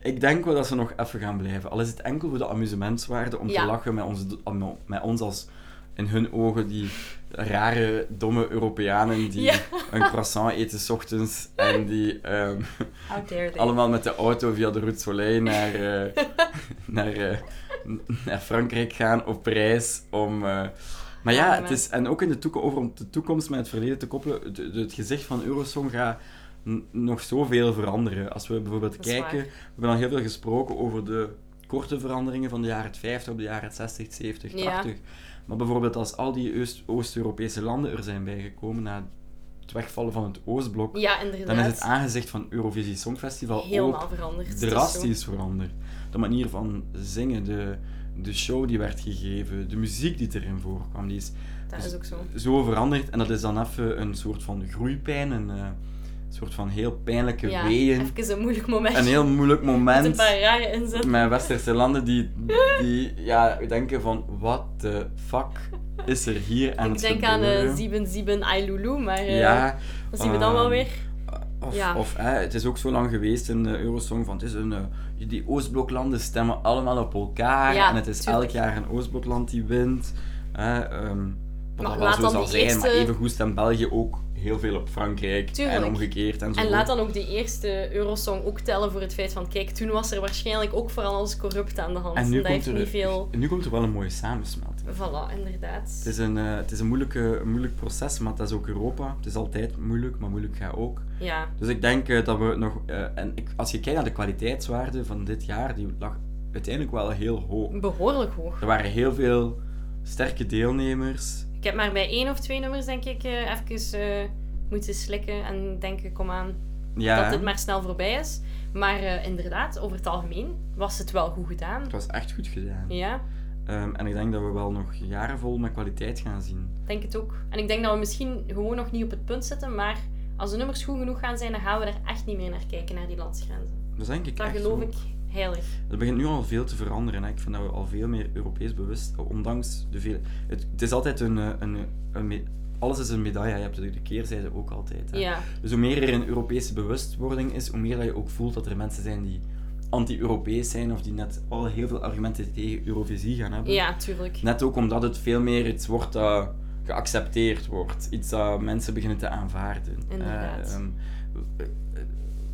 Speaker 2: ik denk wel dat ze nog even gaan blijven. Al is het enkel voor de amusementswaarde om
Speaker 1: Ja.
Speaker 2: te lachen met ons, met ons als in hun ogen die rare, domme Europeanen die
Speaker 1: Ja.
Speaker 2: een croissant eten 's ochtends en die ehm,
Speaker 1: How dare they.
Speaker 2: allemaal met de auto via de Route du Soleil naar, eh, naar, eh, n- naar Frankrijk gaan op reis om... eh, maar
Speaker 1: Ja,
Speaker 2: ja,
Speaker 1: maar-
Speaker 2: het is, en ook in de toekomst, over om de toekomst met het verleden te koppelen, het, het- het gezicht van Eurosong gaat n- nog zoveel veranderen. Als we bijvoorbeeld
Speaker 1: Dat is
Speaker 2: kijken,
Speaker 1: waar.
Speaker 2: we hebben al heel veel gesproken over de korte veranderingen van de jaren 50 op de jaren 60, 70,
Speaker 1: Ja.
Speaker 2: 80. Maar bijvoorbeeld als al die Oost- Oost-Europese landen er zijn bijgekomen na het wegvallen van het Oostblok,
Speaker 1: Ja, inderdaad.
Speaker 2: dan is het aangezicht van Eurovisie Songfestival ook
Speaker 1: Helemaal veranderd. Het is zo.
Speaker 2: drastisch veranderd. De manier van zingen, de, de show die werd gegeven, de muziek die erin voorkwam, die is
Speaker 1: Dat is ook zo.
Speaker 2: zo veranderd. En dat is dan even een soort van groeipijn, een eh, soort van heel pijnlijke
Speaker 1: Ja,
Speaker 2: weeën.
Speaker 1: even een moeilijk moment.
Speaker 2: Een Dus heel moeilijk
Speaker 1: Met een
Speaker 2: moment
Speaker 1: paar rare inzetten.
Speaker 2: met westerse landen die, die ja, denken van, what the fuck is er hier aan
Speaker 1: Ik
Speaker 2: het
Speaker 1: denk aan
Speaker 2: gebeuren?
Speaker 1: eh Sieben Sieben Ailulu, maar eh,
Speaker 2: ja,
Speaker 1: wat zien we dan
Speaker 2: ehm,
Speaker 1: wel weer?
Speaker 2: Of,
Speaker 1: Ja.
Speaker 2: of hè, het is ook zo lang geweest in de Eurosong van het is een, eh, die Oostbloklanden stemmen allemaal op elkaar
Speaker 1: Ja,
Speaker 2: en het is
Speaker 1: tuurlijk.
Speaker 2: elk jaar een Oostblokland die wint. Hè, ehm, wat
Speaker 1: Maar
Speaker 2: dat wel
Speaker 1: laat
Speaker 2: zo
Speaker 1: dan
Speaker 2: zal
Speaker 1: die
Speaker 2: zijn, maar
Speaker 1: eerste-
Speaker 2: evengoed stemt België ook heel veel op Frankrijk
Speaker 1: Tuurlijk.
Speaker 2: en omgekeerd en zo.
Speaker 1: En laat dan ook die eerste Eurosong ook tellen voor het feit van, kijk, toen was er waarschijnlijk ook vooral alles corrupt aan de hand.
Speaker 2: En nu,
Speaker 1: dat
Speaker 2: komt
Speaker 1: heeft
Speaker 2: er,
Speaker 1: niet veel...
Speaker 2: nu komt er wel een mooie samensmelting.
Speaker 1: Voilà, inderdaad.
Speaker 2: Het is een, eh, het is een moeilijke, een moeilijk proces, maar dat is ook Europa. Het is altijd moeilijk, maar moeilijk gaat ook.
Speaker 1: Ja.
Speaker 2: Dus ik denk eh, dat we nog. eh, en ik, als je kijkt naar de kwaliteitswaarde van dit jaar, die lag uiteindelijk wel heel hoog.
Speaker 1: Behoorlijk hoog.
Speaker 2: Er waren heel veel sterke deelnemers.
Speaker 1: Ik heb maar bij één of twee nummers, denk ik, eh, even eh, moeten slikken en denken, kom aan,
Speaker 2: Ja,
Speaker 1: dat het maar snel voorbij is. Maar eh, inderdaad, over het algemeen was het wel goed gedaan.
Speaker 2: het was echt goed gedaan.
Speaker 1: Ja,
Speaker 2: Ehm, en ik denk dat we wel nog jaren vol met kwaliteit gaan zien.
Speaker 1: ik denk het ook. En ik denk dat we misschien gewoon nog niet op het punt zitten, maar als de nummers goed genoeg gaan zijn, dan gaan we er echt niet meer naar kijken, naar die landsgrenzen.
Speaker 2: Dat denk ik
Speaker 1: Dat
Speaker 2: echt
Speaker 1: geloof
Speaker 2: zo.
Speaker 1: ik heilig.
Speaker 2: Het begint nu al veel te veranderen. Hè. Ik vind dat we al veel meer Europees bewust, ondanks de vele... Het, het is altijd een... eh, een, een me- alles is een medaille, je hebt het de keerzijde ook altijd. Hè.
Speaker 1: Ja,
Speaker 2: Dus hoe meer er een Europese bewustwording is, hoe meer dat je ook voelt dat er mensen zijn die anti-Europees zijn of die net al heel veel argumenten tegen Eurovisie gaan hebben.
Speaker 1: ja tuurlijk.
Speaker 2: Net ook omdat het veel meer iets wordt dat geaccepteerd wordt. Iets dat mensen beginnen te aanvaarden.
Speaker 1: Inderdaad.
Speaker 2: Eh, ehm,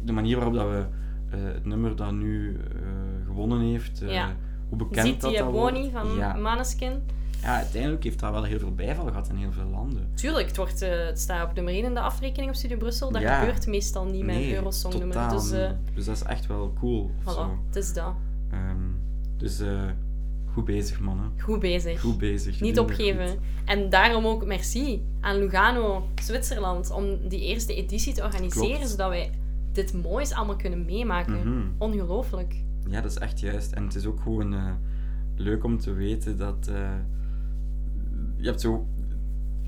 Speaker 2: de manier waarop dat we eh, het nummer dat nu eh, gewonnen heeft, eh,
Speaker 1: Ja.
Speaker 2: hoe bekend
Speaker 1: Ziet
Speaker 2: dat
Speaker 1: die
Speaker 2: dat wordt.
Speaker 1: Boni van
Speaker 2: ja.
Speaker 1: Maneskin?
Speaker 2: ja, uiteindelijk heeft dat wel heel veel bijval gehad in heel veel landen.
Speaker 1: Tuurlijk, het, wordt, eh, het staat op nummer 1 in de afrekening op Studio Brussel. Dat
Speaker 2: Ja.
Speaker 1: gebeurt meestal niet met een
Speaker 2: nee,
Speaker 1: Eurosong-nummer.
Speaker 2: totaal
Speaker 1: Dus eh,
Speaker 2: niet. Dus dat is echt wel cool. of
Speaker 1: voilà,
Speaker 2: zo.
Speaker 1: het is dat.
Speaker 2: Ehm, dus eh, goed bezig, mannen.
Speaker 1: Goed bezig.
Speaker 2: Goed bezig.
Speaker 1: Niet
Speaker 2: Jullie doen het
Speaker 1: opgeven.
Speaker 2: goed.
Speaker 1: En daarom ook merci aan Lugano, Zwitserland, om die eerste editie te organiseren,
Speaker 2: Klopt.
Speaker 1: zodat wij dit moois allemaal kunnen meemaken.
Speaker 2: Mhm.
Speaker 1: Ongelooflijk.
Speaker 2: Ja, dat is echt juist. En het is ook gewoon eh, leuk om te weten dat eh, je hebt zo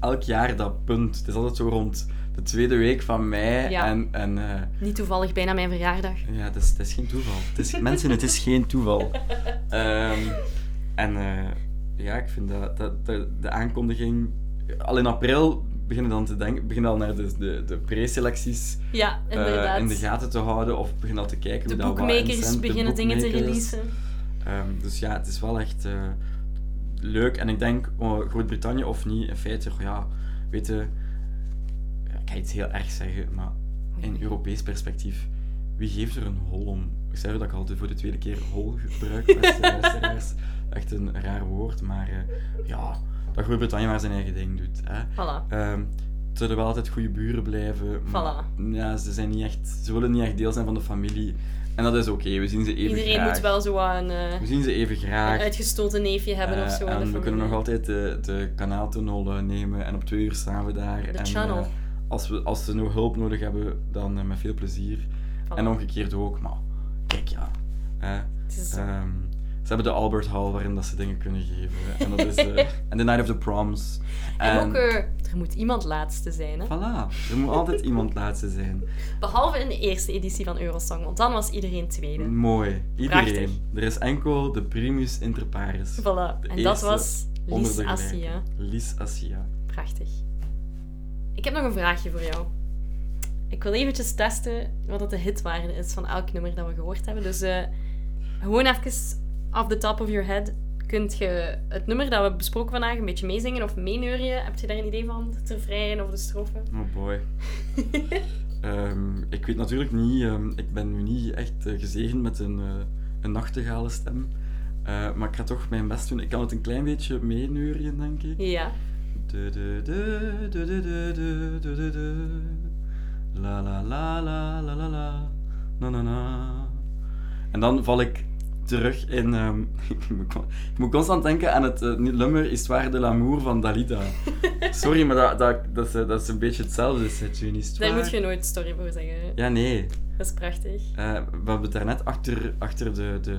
Speaker 2: elk jaar dat punt. Het is altijd zo rond de tweede week van mei.
Speaker 1: Ja.
Speaker 2: En, en eh,
Speaker 1: Niet toevallig bijna mijn verjaardag.
Speaker 2: ja, het is, het is geen toeval. Het is, mensen, het is geen toeval. Ehm, en eh, ja, ik vind dat, dat, dat de aankondiging. Al in april beginnen dan te denken, beginnen al naar de, de, de preselecties
Speaker 1: Ja,
Speaker 2: eh,
Speaker 1: inderdaad.
Speaker 2: in de gaten te houden of beginnen al te kijken
Speaker 1: de
Speaker 2: hoe dat wat
Speaker 1: boekmakers
Speaker 2: instemt, de
Speaker 1: beginnen dingen te
Speaker 2: boekmakers.
Speaker 1: releasen.
Speaker 2: Ehm, dus ja, het is wel echt eh, leuk. En ik denk, oh, Groot-Brittannië of niet, in feite, goh, ja, weet je, ga iets heel erg zeggen, maar in Europees perspectief, wie geeft er een hol om? Ik zei dat ik al de- voor de tweede keer hol gebruik, eh, beste luisteraars. Echt een raar woord, maar eh, ja, dat Groot-Brittannië maar zijn eigen ding doet. Hè.
Speaker 1: Voilà.
Speaker 2: Ehm, het zullen wel altijd goede buren blijven, maar ja, ze, zijn niet echt, ze willen niet echt deel zijn van de familie. En dat is oké, we zien ze even
Speaker 1: Iedereen
Speaker 2: graag.
Speaker 1: moet wel zo wat een, eh,
Speaker 2: We zien ze even
Speaker 1: een
Speaker 2: graag.
Speaker 1: uitgestoten neefje hebben of
Speaker 2: Eh,
Speaker 1: zo. in de
Speaker 2: en we
Speaker 1: familie.
Speaker 2: kunnen nog altijd de, de kanaaltunnel eh, nemen en op twee uur staan we daar.
Speaker 1: De
Speaker 2: en,
Speaker 1: channel.
Speaker 2: eh, als, we, als ze nog hulp nodig hebben, dan eh, met veel plezier.
Speaker 1: Voilà.
Speaker 2: En omgekeerd ook, maar kijk ja. eh,
Speaker 1: Het is-
Speaker 2: ehm, ze hebben de Albert Hall waarin dat ze dingen kunnen geven. En dat is eh, en de Night of the Proms.
Speaker 1: en ook, eh, er moet iemand laatste zijn. Hè?
Speaker 2: Voilà, er moet altijd iemand laatste zijn.
Speaker 1: Behalve in de eerste editie van Eurosong, want dan was iedereen tweede.
Speaker 2: Mooi, iedereen.
Speaker 1: Prachtig.
Speaker 2: Er is enkel de primus inter pares.
Speaker 1: Voilà. En
Speaker 2: De
Speaker 1: dat
Speaker 2: eerste
Speaker 1: was
Speaker 2: onder
Speaker 1: Lies
Speaker 2: de gelijken.
Speaker 1: Assia.
Speaker 2: Lies Assia.
Speaker 1: Prachtig. Ik heb nog een vraagje voor jou. Ik wil eventjes testen wat dat de hitwaarde is van elk nummer dat we gehoord hebben. Dus eh, gewoon even off the top of your head. Kunt je het nummer dat we besproken vandaag een beetje meezingen of meeneuren? Heb je daar een idee van? De refrein of de strofe?
Speaker 2: Oh boy. Ehm, ik weet natuurlijk niet, ehm, ik ben nu niet echt eh, gezegend met een, eh een nachtegaalenstem. Eh, maar ik ga toch mijn best doen. Ik kan het een klein beetje meeneurien, denk ik.
Speaker 1: ja.
Speaker 2: Du- du- du- du- du- du- du- du- du- du. La la la la la la la. Na na na. En dan val ik terug in. ehm, ik, moet, con- ik moet constant denken aan het eh, niet nummer Histoire de l'amour van Dalida. Sorry, maar dat, dat, dat, is, eh, dat is een beetje hetzelfde. is het une histoire.
Speaker 1: Daar moet je nooit story voor zeggen.
Speaker 2: Ja, nee.
Speaker 1: Dat is prachtig.
Speaker 2: Eh, we hebben het daarnet achter, achter de, de.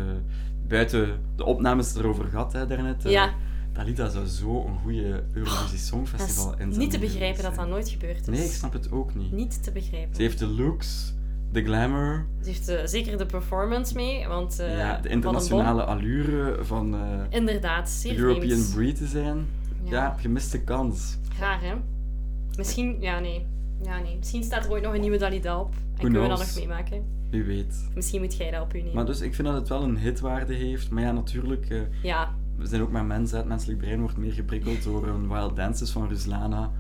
Speaker 2: buiten de opnames erover gehad, hè, daarnet. Eh,
Speaker 1: ja, Oh,
Speaker 2: Dalida zou zo een goede Eurovisie
Speaker 1: dat is
Speaker 2: Songfestival in
Speaker 1: niet te begrijpen dat dat nooit gebeurd is.
Speaker 2: Nee, ik snap het ook niet.
Speaker 1: Niet te begrijpen.
Speaker 2: Ze heeft de looks, de glamour,
Speaker 1: Ze heeft eh, zeker de performance mee, want... eh, wat
Speaker 2: ja, de
Speaker 1: een bom.
Speaker 2: internationale allure van eh,
Speaker 1: Inderdaad,
Speaker 2: de
Speaker 1: zeer
Speaker 2: European
Speaker 1: vreemd.
Speaker 2: Breed te zijn. Ja. gemiste kans.
Speaker 1: Raar, hè? Misschien... Ja, nee. Ja, nee. Misschien staat er ooit nog een nieuwe Dalida op. En kunnen we dat
Speaker 2: knows?
Speaker 1: nog meemaken.
Speaker 2: Wie weet.
Speaker 1: Misschien moet jij dat op u nemen.
Speaker 2: Maar dus, ik vind dat het wel een hitwaarde heeft. Maar ja, natuurlijk, eh,
Speaker 1: Ja,
Speaker 2: we zijn ook maar mensen. Het menselijk brein wordt meer geprikkeld door een Wild Dances van Ruslana.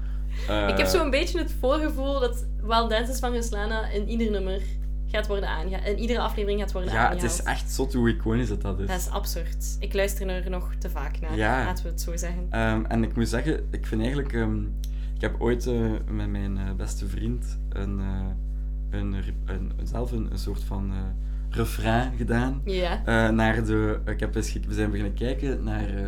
Speaker 2: Eh,
Speaker 1: ik heb zo'n beetje het voorgevoel dat Wild Dances van Ruslana in ieder nummer gaat worden aangehaald. In iedere aflevering gaat worden
Speaker 2: Ja, het
Speaker 1: aangehaald.
Speaker 2: is echt zot hoe iconisch dat dat is.
Speaker 1: Dat is absurd. Ik luister er nog te vaak naar,
Speaker 2: Ja.
Speaker 1: laten we het zo zeggen.
Speaker 2: Ehm, en ik moet zeggen, ik vind eigenlijk... ehm, ik heb ooit eh, met mijn eh, beste vriend een, eh, een, re- een, zelf een, een soort van eh, refrain gedaan.
Speaker 1: Ja.
Speaker 2: eh, naar de, ik heb eens, ge- we zijn beginnen kijken naar eh,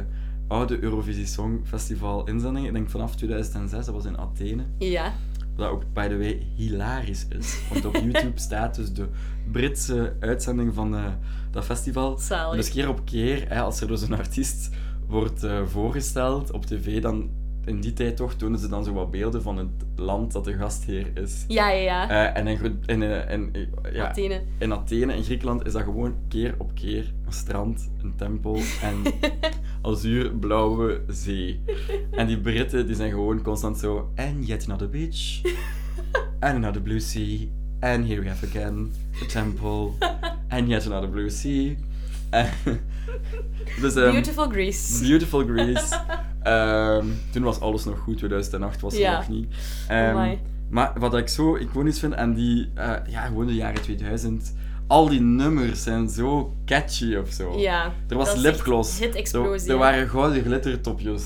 Speaker 2: oude Eurovisie Songfestival inzendingen. Ik denk vanaf 2006, dat was in Athene.
Speaker 1: Ja.
Speaker 2: Wat ook, by the way, hilarisch is. Want op YouTube staat dus de Britse uitzending van eh, dat festival.
Speaker 1: Zalig.
Speaker 2: Dus keer op keer, hè, als er dus een artiest wordt eh, voorgesteld op tv, dan in die tijd toch tonen ze dan zo wat beelden van het land dat de gastheer is.
Speaker 1: Ja, ja, ja.
Speaker 2: Eh, en in, Gro- in, eh, in, eh, ja,
Speaker 1: Athene.
Speaker 2: in Athene, in Griekenland, is dat gewoon keer op keer een strand, een tempel en azuurblauwe zee. En die Britten die zijn gewoon constant zo. And yet another beach. And another blue sea. And here we have again the temple. And yet another blue sea. dus, ehm,
Speaker 1: Beautiful Greece.
Speaker 2: Beautiful Greece. Ehm, toen was alles nog goed, 2008 was het
Speaker 1: Ja.
Speaker 2: nog niet. Ehm,
Speaker 1: Amai.
Speaker 2: maar wat ik zo iconisch vind aan die, eh, ja, gewoon de jaren 2000, al die nummers zijn zo catchy of zo.
Speaker 1: ja.
Speaker 2: Er
Speaker 1: dat
Speaker 2: was
Speaker 1: is echt
Speaker 2: lipgloss.
Speaker 1: Hit-explosie.
Speaker 2: Er, er waren gouden glittertopjes.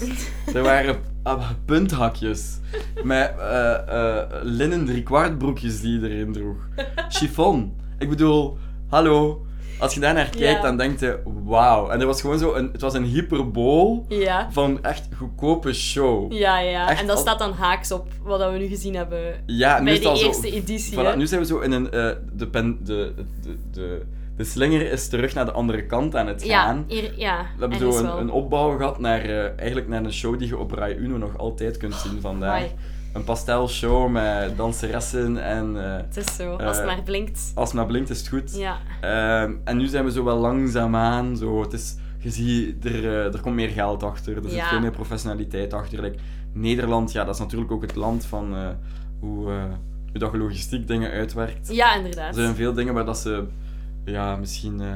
Speaker 2: er waren ah, punthakjes. Met eh eh linnen driekwartbroekjes die iedereen droeg. Chiffon. Ik bedoel, hallo. Als je daar naar kijkt,
Speaker 1: Ja.
Speaker 2: dan denkt je, wauw. En er was gewoon zo een, het was een hyperbool
Speaker 1: Ja.
Speaker 2: van echt goedkope show.
Speaker 1: Ja, ja.
Speaker 2: Echt
Speaker 1: en dat
Speaker 2: al-
Speaker 1: staat dan haaks op wat we nu gezien hebben
Speaker 2: Ja, nu
Speaker 1: bij
Speaker 2: is
Speaker 1: de
Speaker 2: het al zo-
Speaker 1: eerste editie.
Speaker 2: Voilà,
Speaker 1: hè.
Speaker 2: nu zijn we zo in een... eh, de, pen, de, de, de, de slinger is terug naar de andere kant aan het gaan.
Speaker 1: ja, hier, ja.
Speaker 2: We hebben
Speaker 1: ergens
Speaker 2: zo een,
Speaker 1: wel.
Speaker 2: een opbouw gehad naar, eh, eigenlijk naar een show die je op Rai Uno nog altijd kunt zien vandaag.
Speaker 1: Amai.
Speaker 2: Een pastelshow met danseressen en eh,
Speaker 1: Het is zo, als het
Speaker 2: Eh,
Speaker 1: maar blinkt.
Speaker 2: als het maar blinkt is het goed.
Speaker 1: Ja.
Speaker 2: Ehm, en nu zijn we zo wel langzaamaan. Zo, het is, je ziet, er, eh, er komt meer geld achter, er zit
Speaker 1: Ja.
Speaker 2: veel meer professionaliteit achter. Like, Nederland, ja, dat is natuurlijk ook het land van eh, hoe, eh, hoe dat je logistiek dingen uitwerkt.
Speaker 1: Ja, inderdaad.
Speaker 2: Er zijn veel dingen waar dat ze, ja, misschien... eh,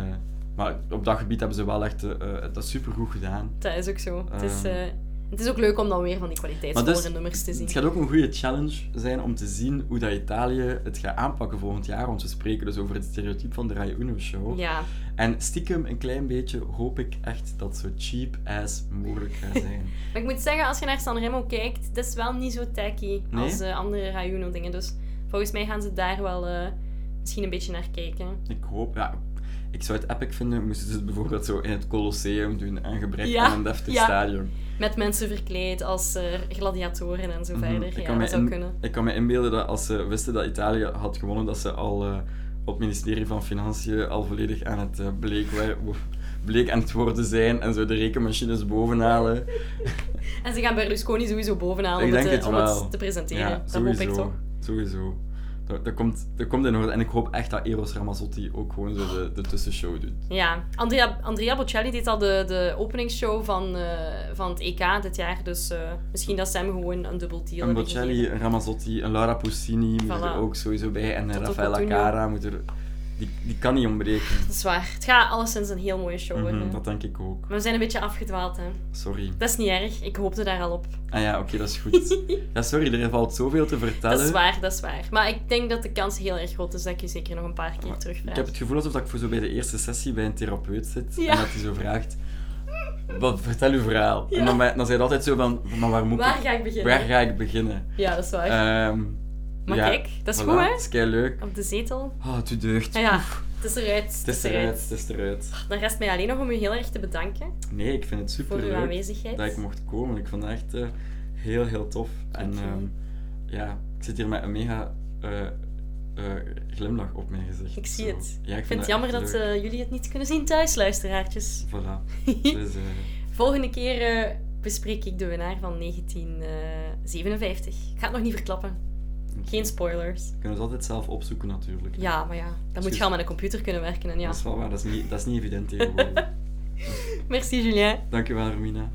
Speaker 2: maar op dat gebied hebben ze wel echt eh, eh, dat supergoed gedaan.
Speaker 1: Dat is ook zo. Het is,
Speaker 2: Ehm.
Speaker 1: eh, Het is ook leuk om dan weer van die
Speaker 2: Maar
Speaker 1: kwaliteitsvollere
Speaker 2: dus,
Speaker 1: nummers te zien.
Speaker 2: het gaat ook een goede challenge zijn om te zien hoe dat Italië het gaat aanpakken volgend jaar. Want we spreken dus over het stereotype van de Rai Uno show.
Speaker 1: Ja,
Speaker 2: En stiekem een klein beetje hoop ik echt dat het zo cheap as mogelijk gaat zijn.
Speaker 1: maar ik moet zeggen, als je naar Sanremo kijkt, dat is wel niet zo tacky
Speaker 2: Nee?
Speaker 1: als eh, andere Rayuno dingen. Dus volgens mij gaan ze daar wel eh, misschien een beetje naar kijken.
Speaker 2: ik hoop, ja. Ik zou het epic vinden moesten ze het bijvoorbeeld zo in het Colosseum doen, aangebrekt
Speaker 1: Ja,
Speaker 2: aan een deftig
Speaker 1: ja.
Speaker 2: stadion.
Speaker 1: Met mensen verkleed als eh, gladiatoren en zo
Speaker 2: Mhm.
Speaker 1: verder.
Speaker 2: Ik
Speaker 1: Ja,
Speaker 2: kan mij
Speaker 1: dat zou
Speaker 2: in-
Speaker 1: kunnen.
Speaker 2: Ik kan me inbeelden dat als ze wisten dat Italië had gewonnen, dat ze al eh, op het ministerie van Financiën al volledig aan het eh, bleek, wa- wo- bleek aan het worden zijn en zo de rekenmachines bovenhalen.
Speaker 1: En ze gaan Berlusconi sowieso bovenaan
Speaker 2: ik
Speaker 1: om,
Speaker 2: denk
Speaker 1: het, eh,
Speaker 2: het
Speaker 1: om
Speaker 2: wel.
Speaker 1: het te presenteren.
Speaker 2: Ja,
Speaker 1: dat
Speaker 2: sowieso.
Speaker 1: hoop ik toch.
Speaker 2: Sowieso. Dat, dat, komt, dat komt in orde. En ik hoop echt dat Eros Ramazzotti ook gewoon zo de, de tussenshow doet.
Speaker 1: Ja, Andrea, Andrea Bocelli deed al de, de openingsshow van, eh, van het EK dit jaar. Dus eh, misschien dat ze hem gewoon een dubbel deal
Speaker 2: Een
Speaker 1: hebben gegeven.
Speaker 2: Bocelli, eh, een Ramazzotti, een Laura Puccini moet er
Speaker 1: Voilà.
Speaker 2: ook sowieso bij. En een
Speaker 1: Toto
Speaker 2: Raffaella
Speaker 1: Cotugno.
Speaker 2: Cara moet er... Die, die kan niet ontbreken.
Speaker 1: Dat is waar. Het gaat alleszins een heel mooie show
Speaker 2: Mhm,
Speaker 1: worden.
Speaker 2: dat denk ik ook.
Speaker 1: Maar we zijn een beetje afgedwaald, hè.
Speaker 2: Sorry.
Speaker 1: Dat is niet erg. Ik hoopte daar al op.
Speaker 2: Ah ja, oké, dat is goed. Ja, sorry, er valt zoveel te vertellen.
Speaker 1: Dat is waar, dat is waar. Maar ik denk dat de kans heel erg groot is dat ik je zeker nog een paar keer terugvraag.
Speaker 2: Ik heb het gevoel alsof ik voor zo bij de eerste sessie bij een therapeut zit
Speaker 1: Ja.
Speaker 2: en dat hij zo vraagt... Wat, vertel uw verhaal.
Speaker 1: Ja.
Speaker 2: En dan, ben- dan zei hij altijd zo van, maar waar moet
Speaker 1: Waar
Speaker 2: ik...
Speaker 1: ga ik beginnen?
Speaker 2: Waar ga ik beginnen?
Speaker 1: Ja, dat is waar.
Speaker 2: Ehm,
Speaker 1: maar
Speaker 2: ja,
Speaker 1: kijk, dat is
Speaker 2: voilà,
Speaker 1: goed, hè?
Speaker 2: Dat is kei leuk.
Speaker 1: Op de zetel.
Speaker 2: Ah, het doet deugd.
Speaker 1: Nou ja, het is eruit.
Speaker 2: Het is eruit, het is eruit.
Speaker 1: Dan rest mij alleen nog om u heel erg te bedanken
Speaker 2: Nee, ik vind het
Speaker 1: voor
Speaker 2: super
Speaker 1: uw
Speaker 2: leuk.
Speaker 1: aanwezigheid.
Speaker 2: dat ik mocht komen. Ik vond het echt eh, heel, heel tof. En
Speaker 1: Dankjewel.
Speaker 2: ehm, ja, ik zit hier met een mega eh, eh, glimlach op mijn gezicht.
Speaker 1: Ik zie
Speaker 2: Zo.
Speaker 1: het.
Speaker 2: Ja,
Speaker 1: Ik vind het jammer dat
Speaker 2: ze.
Speaker 1: eh, jullie het niet kunnen zien thuis, luisteraartjes.
Speaker 2: Voilà. Dus, eh,
Speaker 1: Volgende keer eh, bespreek ik de winnaar van 1957. Ik ga het nog niet verklappen. Geen spoilers.
Speaker 2: je kunt het altijd zelf opzoeken natuurlijk.
Speaker 1: Ja, maar ja, dan moet
Speaker 2: Excuus.
Speaker 1: je al met een computer kunnen werken. En ja.
Speaker 2: Dat is wel waar, dat is niet, dat is niet evident tegenwoordig.
Speaker 1: Merci Julien.
Speaker 2: Dankjewel, Romina.